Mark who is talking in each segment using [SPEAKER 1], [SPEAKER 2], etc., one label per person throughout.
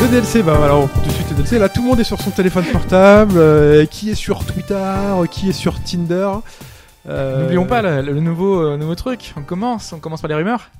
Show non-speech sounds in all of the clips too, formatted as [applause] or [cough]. [SPEAKER 1] le DLC, bah voilà, on prend tout de suite le DLC. Là, tout le monde est sur son téléphone portable, euh, qui est sur Twitter, euh, qui est sur Tinder. Euh,
[SPEAKER 2] N'oublions pas le, le nouveau, euh, nouveau truc. On commence, on commence par les rumeurs.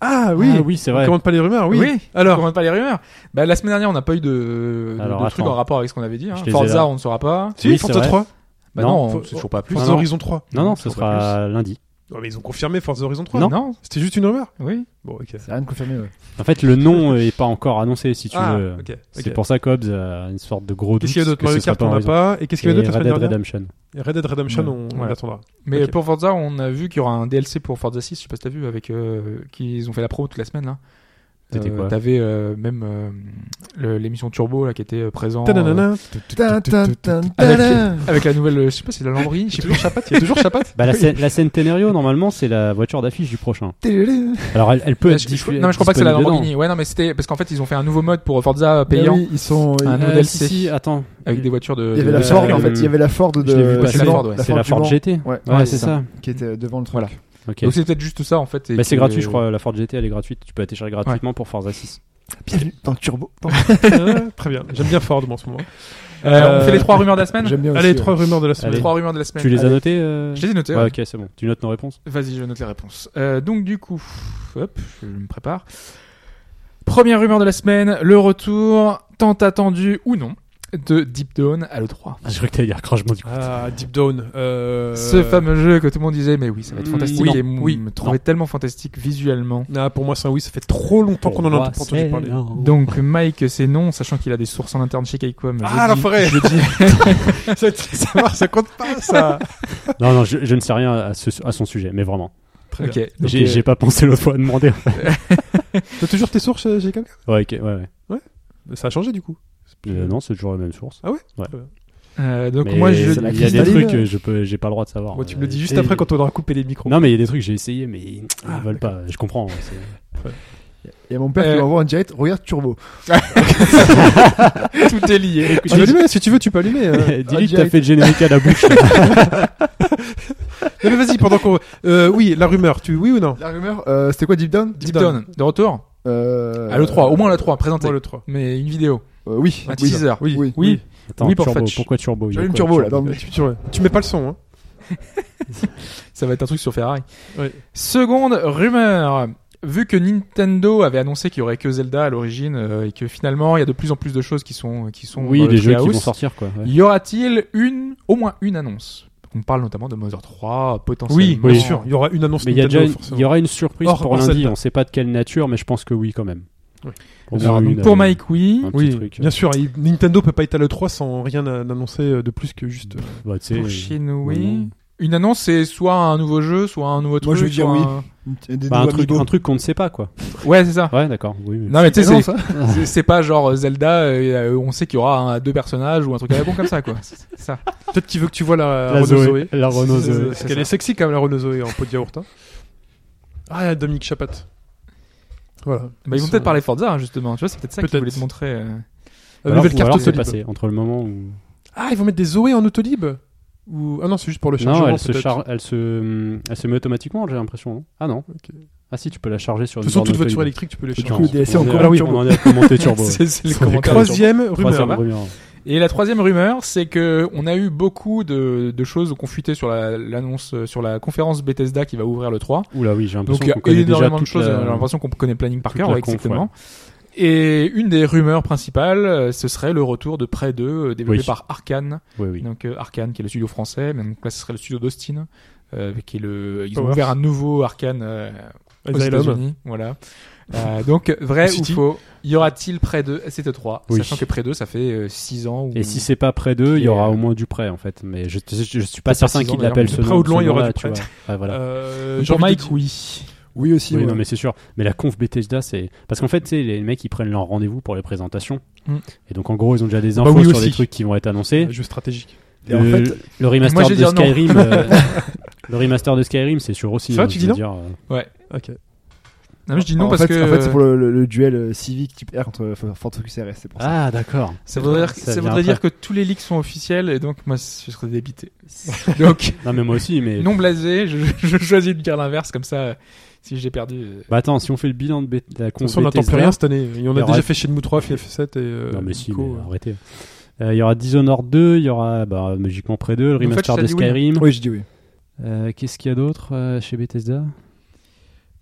[SPEAKER 1] Ah oui,
[SPEAKER 3] Ah oui, c'est
[SPEAKER 1] on
[SPEAKER 3] vrai.
[SPEAKER 1] commande pas les rumeurs, oui.
[SPEAKER 2] Alors, on
[SPEAKER 1] Alors,
[SPEAKER 2] commande pas les rumeurs. Bah, la semaine dernière, on n'a pas eu de, de,
[SPEAKER 3] Alors,
[SPEAKER 2] de trucs
[SPEAKER 3] attends.
[SPEAKER 2] en rapport avec ce qu'on avait dit. Hein.
[SPEAKER 3] Je les ai
[SPEAKER 2] Forza,
[SPEAKER 3] là.
[SPEAKER 2] on ne saura pas.
[SPEAKER 1] si,
[SPEAKER 3] Oui,
[SPEAKER 1] Forza
[SPEAKER 3] c'est vrai.
[SPEAKER 1] 3,
[SPEAKER 2] Bah
[SPEAKER 3] Non,
[SPEAKER 2] non,
[SPEAKER 1] faut-
[SPEAKER 2] c'est toujours pas plus. hein.
[SPEAKER 1] Forza
[SPEAKER 3] non.
[SPEAKER 1] Horizon 3.
[SPEAKER 3] Non, non, ce
[SPEAKER 1] Faut pas
[SPEAKER 3] sera lundi.
[SPEAKER 1] Non, mais ils ont confirmé Forza Horizon 3.
[SPEAKER 3] Non.
[SPEAKER 1] C'était juste une rumeur.
[SPEAKER 2] oui.
[SPEAKER 1] Bon, ok.
[SPEAKER 4] C'est rien de confirmé. ouais.
[SPEAKER 3] En fait, le nom est pas encore annoncé, si tu
[SPEAKER 1] ah,
[SPEAKER 3] veux.
[SPEAKER 1] ok. ok.
[SPEAKER 3] C'est pour ça qu'Hobbs a une sorte de gros doute.
[SPEAKER 1] Qu'est-ce qu'il y a d'autre
[SPEAKER 3] que ce
[SPEAKER 1] Mario
[SPEAKER 3] sera
[SPEAKER 1] Kart,
[SPEAKER 3] pas
[SPEAKER 1] on n'a
[SPEAKER 3] Horizon.
[SPEAKER 1] pas. Et qu'est-ce qu'il y
[SPEAKER 3] Et
[SPEAKER 1] avait d'autre la
[SPEAKER 3] Red
[SPEAKER 1] semaine
[SPEAKER 3] Dead
[SPEAKER 1] dernière
[SPEAKER 3] Redemption.
[SPEAKER 1] Et Red Dead Redemption,
[SPEAKER 3] Ouais.
[SPEAKER 1] on, on
[SPEAKER 2] Voilà.
[SPEAKER 1] attendra.
[SPEAKER 2] Mais
[SPEAKER 1] Ok.
[SPEAKER 2] pour Forza, on a vu qu'il y aura un DLC pour Forza 6. Je sais pas si t'as vu avec euh, qu'ils ont fait la promo toute la semaine là.
[SPEAKER 3] C'était
[SPEAKER 2] Euh,
[SPEAKER 3] quoi
[SPEAKER 2] T'avais euh, même euh, le- l'émission Turbo là qui était euh, présent. euh,
[SPEAKER 1] Tananana.
[SPEAKER 4] Tin, tin, tin,
[SPEAKER 2] Avec-
[SPEAKER 4] tadam.
[SPEAKER 2] avec la nouvelle, euh, je sais pas, c'est la Lambrie, je sais plus.
[SPEAKER 1] Chapat, il y a toujours [laughs] Chapat
[SPEAKER 3] Bah, la, Cen- la Centenario, normalement, c'est la voiture d'affiche du prochain.
[SPEAKER 4] Tadadam.
[SPEAKER 3] Alors, elle, elle peut
[SPEAKER 2] Je-
[SPEAKER 3] être.
[SPEAKER 2] je-
[SPEAKER 3] diffu-
[SPEAKER 2] non, mais je crois pas que c'est la
[SPEAKER 3] disponible
[SPEAKER 2] Lamborghini. Ouais, non, mais c'était parce qu'en fait, ils ont fait un nouveau mode pour Forza euh,
[SPEAKER 4] Mais
[SPEAKER 2] payant
[SPEAKER 4] oui, ils sont.
[SPEAKER 2] Un
[SPEAKER 3] dedans.
[SPEAKER 2] nouveau
[SPEAKER 3] Euh,
[SPEAKER 2] DLC.
[SPEAKER 3] si, si, attends.
[SPEAKER 2] avec des voitures de.
[SPEAKER 4] ah, Il y avait
[SPEAKER 2] de-
[SPEAKER 4] la
[SPEAKER 3] Euh,
[SPEAKER 4] Ford, en
[SPEAKER 3] euh,
[SPEAKER 4] fait. Il y avait la Ford de.
[SPEAKER 3] je l'ai vu passer.
[SPEAKER 2] La Ford, ouais.
[SPEAKER 4] la
[SPEAKER 3] C'est la
[SPEAKER 4] du
[SPEAKER 3] Ford
[SPEAKER 4] Mans,
[SPEAKER 3] GT.
[SPEAKER 4] Ouais.
[SPEAKER 3] Ouais,
[SPEAKER 4] Ouais,
[SPEAKER 3] c'est
[SPEAKER 4] c'est
[SPEAKER 3] ça.
[SPEAKER 4] Qui était devant le truc.
[SPEAKER 2] Voilà.
[SPEAKER 3] Ok.
[SPEAKER 2] Donc c'est peut-être juste ça en fait. et
[SPEAKER 3] Bah, c'est
[SPEAKER 2] que- Euh,
[SPEAKER 3] gratuit, je crois. La Ford GT, elle est gratuite. Tu peux la télécharger gratuitement pour Forza 6.
[SPEAKER 4] Bienvenue dans Turbo.
[SPEAKER 1] Ouais, Très bien. J'aime bien Ford, moi, en ce moment.
[SPEAKER 2] Euh, on fait les trois rumeurs de la semaine.
[SPEAKER 4] J'aime bien aussi.
[SPEAKER 1] Allez,
[SPEAKER 4] ouais.
[SPEAKER 1] trois rumeurs de la
[SPEAKER 2] Les
[SPEAKER 1] semaine.
[SPEAKER 2] trois rumeurs de la semaine.
[SPEAKER 3] Tu les as
[SPEAKER 2] Allez.
[SPEAKER 3] notées euh
[SPEAKER 2] Je les ai notées.
[SPEAKER 3] Ouais,
[SPEAKER 2] ouais.
[SPEAKER 3] ok, c'est bon. Tu notes nos réponses.
[SPEAKER 2] Vas-y, je note les réponses. Euh, donc du coup, hop, je me prépare. Première rumeur de la semaine, le retour tant attendu ou non de Deep Down à l'E3.
[SPEAKER 3] Je crois que t'allais dire crangement du coup.
[SPEAKER 1] Ah, Deep Down. euh,
[SPEAKER 2] Ce fameux jeu que tout le monde disait, mais oui, ça va être
[SPEAKER 3] Mm,
[SPEAKER 2] fantastique.
[SPEAKER 3] oui,
[SPEAKER 2] et
[SPEAKER 3] non,
[SPEAKER 2] m-
[SPEAKER 3] oui,
[SPEAKER 2] me trouvait tellement fantastique visuellement.
[SPEAKER 1] Ah, pour moi, c'est un oui. Ça fait trop longtemps qu'on en a pas entendu parler.
[SPEAKER 2] Donc Mike, c'est non, sachant qu'il a des sources en interne chez Capcom.
[SPEAKER 1] Ah, la
[SPEAKER 2] jeudi.
[SPEAKER 1] forêt [laughs] ça, ça marche, ça compte pas, ça
[SPEAKER 3] Non, non, je, je ne sais rien à, ce- à son sujet, mais vraiment.
[SPEAKER 1] Très
[SPEAKER 2] Ok.
[SPEAKER 1] bien.
[SPEAKER 2] donc,
[SPEAKER 3] J'ai
[SPEAKER 2] euh,
[SPEAKER 3] j'ai pas pensé l'autre fois à demander. [laughs]
[SPEAKER 1] T'as toujours tes sources chez quelqu'un
[SPEAKER 3] Ouais, ok, ouais, ouais.
[SPEAKER 1] Ça a changé, du coup.
[SPEAKER 3] Euh, non, c'est toujours la même source.
[SPEAKER 2] euh, donc
[SPEAKER 3] Mais
[SPEAKER 2] moi, je,
[SPEAKER 4] c'est la
[SPEAKER 3] il y a des
[SPEAKER 4] cristalline.
[SPEAKER 3] trucs que je peux, j'ai pas le droit de savoir.
[SPEAKER 1] Bon, tu me le dis
[SPEAKER 3] Euh,
[SPEAKER 1] juste
[SPEAKER 3] et-
[SPEAKER 1] après quand on aura coupé les micros.
[SPEAKER 3] Non, mais il y a des trucs que j'ai essayé, mais ils
[SPEAKER 1] Ah,
[SPEAKER 3] ils veulent pas. Je comprends. c'est-
[SPEAKER 4] Il y a mon père
[SPEAKER 2] Euh,
[SPEAKER 4] qui m'envoie en direct. Regarde Turbo.
[SPEAKER 2] tout est
[SPEAKER 3] [laughs]
[SPEAKER 2] lié.
[SPEAKER 1] Tu peux allumer, si tu veux, tu peux allumer. hein.
[SPEAKER 3] Dis-lui que
[SPEAKER 4] direct.
[SPEAKER 3] t'as fait le générique à la bouche.
[SPEAKER 1] Non, mais vas-y, pendant
[SPEAKER 3] [laughs]
[SPEAKER 1] qu'on. [laughs] Euh, oui, la rumeur, tu. Oui ou non
[SPEAKER 4] La rumeur, euh, c'était quoi Deep Down
[SPEAKER 2] Deep Down, de retour
[SPEAKER 4] Euh,
[SPEAKER 2] à l'E3, au moins la 3, présenté.
[SPEAKER 1] Moi, le 3.
[SPEAKER 2] Mais une vidéo,
[SPEAKER 4] Euh, oui.
[SPEAKER 2] un
[SPEAKER 4] oui.
[SPEAKER 2] teaser.
[SPEAKER 1] Oui.
[SPEAKER 4] Oui.
[SPEAKER 2] Oui,
[SPEAKER 3] Attends,
[SPEAKER 2] Oui, pour
[SPEAKER 3] turbo.
[SPEAKER 2] Fetch.
[SPEAKER 3] Pourquoi turbo Il y a
[SPEAKER 4] J'allume
[SPEAKER 3] quoi,
[SPEAKER 4] Turbo là. non, mais-
[SPEAKER 1] Tu, tu- tu mets pas le son, hein.
[SPEAKER 2] ça va être un truc sur Ferrari.
[SPEAKER 1] Ouais.
[SPEAKER 2] Seconde rumeur. Vu que Nintendo avait annoncé qu'il y aurait que Zelda à l'origine euh, et que finalement il y a de plus en plus de choses qui sont qui sont euh, dans
[SPEAKER 3] Oui,
[SPEAKER 2] le
[SPEAKER 3] des jeux qui
[SPEAKER 2] Treehouse,
[SPEAKER 3] vont sortir quoi. ouais.
[SPEAKER 2] Y aura-t-il une au moins une annonce On parle notamment de Mother 3 potentiellement.
[SPEAKER 3] Oui.
[SPEAKER 1] bien sûr. Il y aura une annonce
[SPEAKER 3] Mais il y a
[SPEAKER 1] Nintendo,
[SPEAKER 3] déjà, une-
[SPEAKER 1] forcément.
[SPEAKER 3] il y aura une surprise
[SPEAKER 1] Or,
[SPEAKER 3] pour
[SPEAKER 1] or
[SPEAKER 3] lundi.
[SPEAKER 1] Zelda.
[SPEAKER 3] On sait pas de quelle nature, mais je pense que oui quand même.
[SPEAKER 1] Oui.
[SPEAKER 3] Au
[SPEAKER 2] Alors,
[SPEAKER 3] moins
[SPEAKER 2] donc,
[SPEAKER 3] une,
[SPEAKER 2] pour
[SPEAKER 3] euh,
[SPEAKER 2] Mike, oui.
[SPEAKER 3] un petit
[SPEAKER 1] Oui,
[SPEAKER 3] truc.
[SPEAKER 1] bien sûr. il- Nintendo peut pas être à l'E3 sans rien a- annoncer euh, de plus que juste. euh,
[SPEAKER 3] [laughs] Bah, tu sais,
[SPEAKER 2] Pour
[SPEAKER 3] euh,
[SPEAKER 2] Shin,
[SPEAKER 3] non,
[SPEAKER 2] oui.
[SPEAKER 3] non.
[SPEAKER 2] Une annonce, c'est soit un nouveau jeu, soit un nouveau truc.
[SPEAKER 4] Moi, je veux dire
[SPEAKER 2] soit
[SPEAKER 4] oui.
[SPEAKER 2] un-
[SPEAKER 4] Des
[SPEAKER 3] Bah, un
[SPEAKER 4] nouveaux
[SPEAKER 3] truc,
[SPEAKER 4] Amiibo.
[SPEAKER 3] un truc qu'on ne sait pas quoi.
[SPEAKER 2] Ouais, c'est ça.
[SPEAKER 3] Ouais, d'accord. Oui, mais-
[SPEAKER 2] Non, mais tu
[SPEAKER 4] Ah
[SPEAKER 2] sais, c'est-
[SPEAKER 4] non, ça
[SPEAKER 2] c'est- c'est pas genre euh, Zelda, euh, euh, on sait qu'il y aura un- deux personnages ou un truc à la con comme ça,
[SPEAKER 4] [laughs]
[SPEAKER 2] quoi. C'est ça. Bah,
[SPEAKER 1] Peut-être qu'il veut que tu vois la,
[SPEAKER 3] La
[SPEAKER 1] Renault
[SPEAKER 3] Zoé.
[SPEAKER 1] Zoé.
[SPEAKER 3] La Renault
[SPEAKER 1] C'est-
[SPEAKER 3] Zoé.
[SPEAKER 1] Parce
[SPEAKER 2] c'est
[SPEAKER 1] qu'elle
[SPEAKER 2] ça.
[SPEAKER 1] est sexy quand même, la Renault Zoé en pot de yaourt. hein. Ah, Dominique Chapat. Voilà.
[SPEAKER 2] Bah, ils vont
[SPEAKER 1] Son-
[SPEAKER 2] peut-être parler Forza, hein, justement. Tu vois, c'est peut-être ça qu'ils
[SPEAKER 1] Peut-être.
[SPEAKER 2] voulaient te montrer. euh.
[SPEAKER 1] La
[SPEAKER 3] Alors,
[SPEAKER 1] nouvelle
[SPEAKER 3] ou
[SPEAKER 1] carte
[SPEAKER 3] alors, c'est
[SPEAKER 1] Autolib.
[SPEAKER 3] passé entre le moment où
[SPEAKER 1] Ah, ils vont mettre des Zoé en Autolib Ou... Ah non, c'est juste pour le chargement.
[SPEAKER 3] non, elle se,
[SPEAKER 1] peut-être.
[SPEAKER 3] char- elle, se... hum, elle se met automatiquement, j'ai l'impression. non ah non. Ah si, tu peux la charger sur
[SPEAKER 1] De
[SPEAKER 3] une
[SPEAKER 1] toute façon,
[SPEAKER 3] borne
[SPEAKER 1] toute
[SPEAKER 3] auto-
[SPEAKER 1] voiture électrique, tu peux les
[SPEAKER 3] Putain,
[SPEAKER 1] charger.
[SPEAKER 4] coup, DLC
[SPEAKER 3] on en est-
[SPEAKER 4] encore
[SPEAKER 3] ah oui,
[SPEAKER 4] turbo.
[SPEAKER 3] on en est à commenter turbo.
[SPEAKER 2] [laughs]
[SPEAKER 3] ouais.
[SPEAKER 2] c'est c'est le
[SPEAKER 3] Sans déconner.
[SPEAKER 2] commentaire.
[SPEAKER 1] Troisième
[SPEAKER 3] Troisième
[SPEAKER 1] rumeur.
[SPEAKER 3] rumeur.
[SPEAKER 2] Et la troisième rumeur, c'est que on a eu beaucoup de, de choses confutées sur la- l'annonce, euh, sur la conférence Bethesda qui va ouvrir le 3.
[SPEAKER 3] Oula oui, j'ai
[SPEAKER 2] Donc
[SPEAKER 3] l'impression
[SPEAKER 2] il y
[SPEAKER 3] qu'on
[SPEAKER 2] a
[SPEAKER 3] connaît déjà
[SPEAKER 2] énormément de
[SPEAKER 3] toute
[SPEAKER 2] choses. euh,
[SPEAKER 3] la-
[SPEAKER 2] J'ai l'impression qu'on connaît Planning par
[SPEAKER 3] toute
[SPEAKER 2] cœur,
[SPEAKER 3] la
[SPEAKER 2] ouais,
[SPEAKER 3] conf,
[SPEAKER 2] exactement. Et une des rumeurs principales, euh, ce serait le retour de Prey 2, euh, développé
[SPEAKER 3] Oui.
[SPEAKER 2] par Arkane.
[SPEAKER 3] Oui, oui.
[SPEAKER 2] Donc euh, Arkane, qui est le studio français. Donc là, ce serait le studio d'Austin, euh, qui est le. Ils ont
[SPEAKER 1] Powers.
[SPEAKER 2] ouvert un nouveau Arkane euh, aux
[SPEAKER 1] Asylum.
[SPEAKER 2] États-Unis. Voilà. Euh, donc vrai ou
[SPEAKER 1] City.
[SPEAKER 2] faux Y aura-t-il Prey 2 C'était 3
[SPEAKER 3] Oui.
[SPEAKER 2] Sachant que Prey 2, ça fait 6 ans. Ou...
[SPEAKER 3] Et si c'est pas près d'eux, il y
[SPEAKER 2] Et,
[SPEAKER 3] aura
[SPEAKER 2] euh,
[SPEAKER 3] au moins du près en fait. Mais je, je, je suis pas
[SPEAKER 2] Peut-être pas
[SPEAKER 3] certain
[SPEAKER 2] six ans,
[SPEAKER 3] qu'ils
[SPEAKER 2] d'ailleurs,
[SPEAKER 3] l'appellent
[SPEAKER 2] mais
[SPEAKER 3] ce
[SPEAKER 1] de près
[SPEAKER 3] nom.
[SPEAKER 1] ou de loin,
[SPEAKER 3] ce
[SPEAKER 1] il y aura
[SPEAKER 3] nom-là,
[SPEAKER 1] du
[SPEAKER 3] tu
[SPEAKER 1] près.
[SPEAKER 3] vois. Ouais,
[SPEAKER 2] Ah,
[SPEAKER 3] voilà.
[SPEAKER 1] Euh, j'ai
[SPEAKER 2] Pour
[SPEAKER 1] envie de
[SPEAKER 2] Mike,
[SPEAKER 1] dire-
[SPEAKER 2] oui.
[SPEAKER 4] Oui aussi.
[SPEAKER 3] Oui,
[SPEAKER 4] ouais.
[SPEAKER 3] non, mais c'est sûr. Mais la conf Bethesda, c'est. Parce qu'en fait, tu sais, les mecs, ils prennent leur rendez-vous pour les présentations.
[SPEAKER 2] Mm.
[SPEAKER 3] Et donc, en gros, ils ont déjà des
[SPEAKER 1] Bah
[SPEAKER 3] infos
[SPEAKER 1] oui,
[SPEAKER 3] sur
[SPEAKER 1] aussi.
[SPEAKER 3] les trucs qui vont être annoncés.
[SPEAKER 1] Un Ah, jeu stratégique.
[SPEAKER 4] Et en
[SPEAKER 3] le,
[SPEAKER 4] fait-
[SPEAKER 3] le remaster
[SPEAKER 2] Moi, je vais
[SPEAKER 3] de
[SPEAKER 2] dire non.
[SPEAKER 3] Skyrim. euh, le remaster de Skyrim, c'est sûr aussi.
[SPEAKER 1] Ça va,
[SPEAKER 3] hein,
[SPEAKER 1] tu
[SPEAKER 3] je
[SPEAKER 1] dis
[SPEAKER 3] veux
[SPEAKER 1] non
[SPEAKER 3] dire, euh,
[SPEAKER 1] Ok.
[SPEAKER 2] Non, mais je dis non
[SPEAKER 4] en
[SPEAKER 2] parce
[SPEAKER 4] fait,
[SPEAKER 2] que
[SPEAKER 4] En fait, c'est pour le, le- le duel euh, civique type R contre F- Ford Focus RS, c'est pour ça.
[SPEAKER 3] Ah, d'accord.
[SPEAKER 2] ça voudrait, dire,
[SPEAKER 3] Ça
[SPEAKER 2] ça
[SPEAKER 3] vient
[SPEAKER 2] voudrait dire
[SPEAKER 3] après.
[SPEAKER 2] que tous les leaks sont officiels et donc moi je serais
[SPEAKER 3] [laughs]
[SPEAKER 2] débité. donc
[SPEAKER 3] Non, mais moi aussi, mais.
[SPEAKER 2] non blasé, je, je choisis de dire l'inverse comme ça. euh, Si j'ai perdu, euh,
[SPEAKER 3] Bah attends, si on fait le bilan de, Beth- la
[SPEAKER 1] De toute
[SPEAKER 3] conf
[SPEAKER 1] façon, on n'attend plus
[SPEAKER 3] Bethesda-
[SPEAKER 1] rien cette année. Il y en
[SPEAKER 3] Il y
[SPEAKER 1] a
[SPEAKER 3] aura-
[SPEAKER 1] déjà fait Shenmue 3, FF7 et. euh,
[SPEAKER 3] Non, mais si,
[SPEAKER 1] Ico,
[SPEAKER 3] mais
[SPEAKER 1] euh.
[SPEAKER 3] arrêtez. Euh, Il y aura Dishonored 2, il y aura bah, Magiquement Près 2, le
[SPEAKER 2] fait,
[SPEAKER 3] remaster
[SPEAKER 2] ça
[SPEAKER 3] de
[SPEAKER 2] dit oui.
[SPEAKER 3] Skyrim.
[SPEAKER 4] Oui, je dis oui.
[SPEAKER 3] Euh, Qu'est-ce qu'il y a d'autre euh, chez Bethesda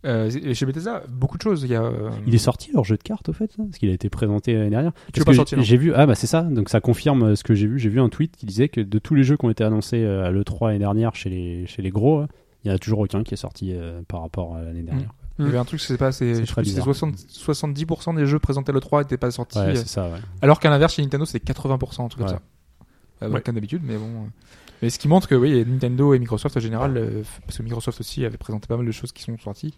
[SPEAKER 2] euh, chez Bethesda, beaucoup de choses. Il y a. euh,
[SPEAKER 3] Il est sorti leur jeu de cartes au fait, ça parce qu'il a été présenté l'année dernière.
[SPEAKER 2] Tu
[SPEAKER 3] Parce
[SPEAKER 2] veux pas
[SPEAKER 3] que
[SPEAKER 2] sortir, non
[SPEAKER 3] J'ai vu, ah bah c'est ça, donc ça confirme euh, ce que j'ai vu. J'ai vu un tweet qui disait que de tous les jeux qui ont été annoncés euh, à l'E3 l'année dernière chez les, chez les gros, euh, il y en a toujours aucun qui est sorti euh, par rapport à l'année dernière.
[SPEAKER 2] Il y avait un truc, c'est pas, c'est,
[SPEAKER 3] C'est
[SPEAKER 2] je sais
[SPEAKER 3] très
[SPEAKER 2] plus, c'est
[SPEAKER 3] bizarre.
[SPEAKER 2] 60, 70% des jeux présentés à l'E3 n'étaient pas sortis.
[SPEAKER 3] Ouais,
[SPEAKER 2] euh,
[SPEAKER 3] c'est ça, ouais.
[SPEAKER 2] alors qu'à l'inverse, chez Nintendo, c'est 80%, en tout cas.
[SPEAKER 3] Ouais.
[SPEAKER 2] ça. Euh,
[SPEAKER 1] Ouais.
[SPEAKER 2] Comme d'habitude, mais bon. euh. Mais ce qui montre que, oui, Nintendo et Microsoft, en général, euh, f- parce que Microsoft aussi avait présenté pas mal de choses qui sont sorties,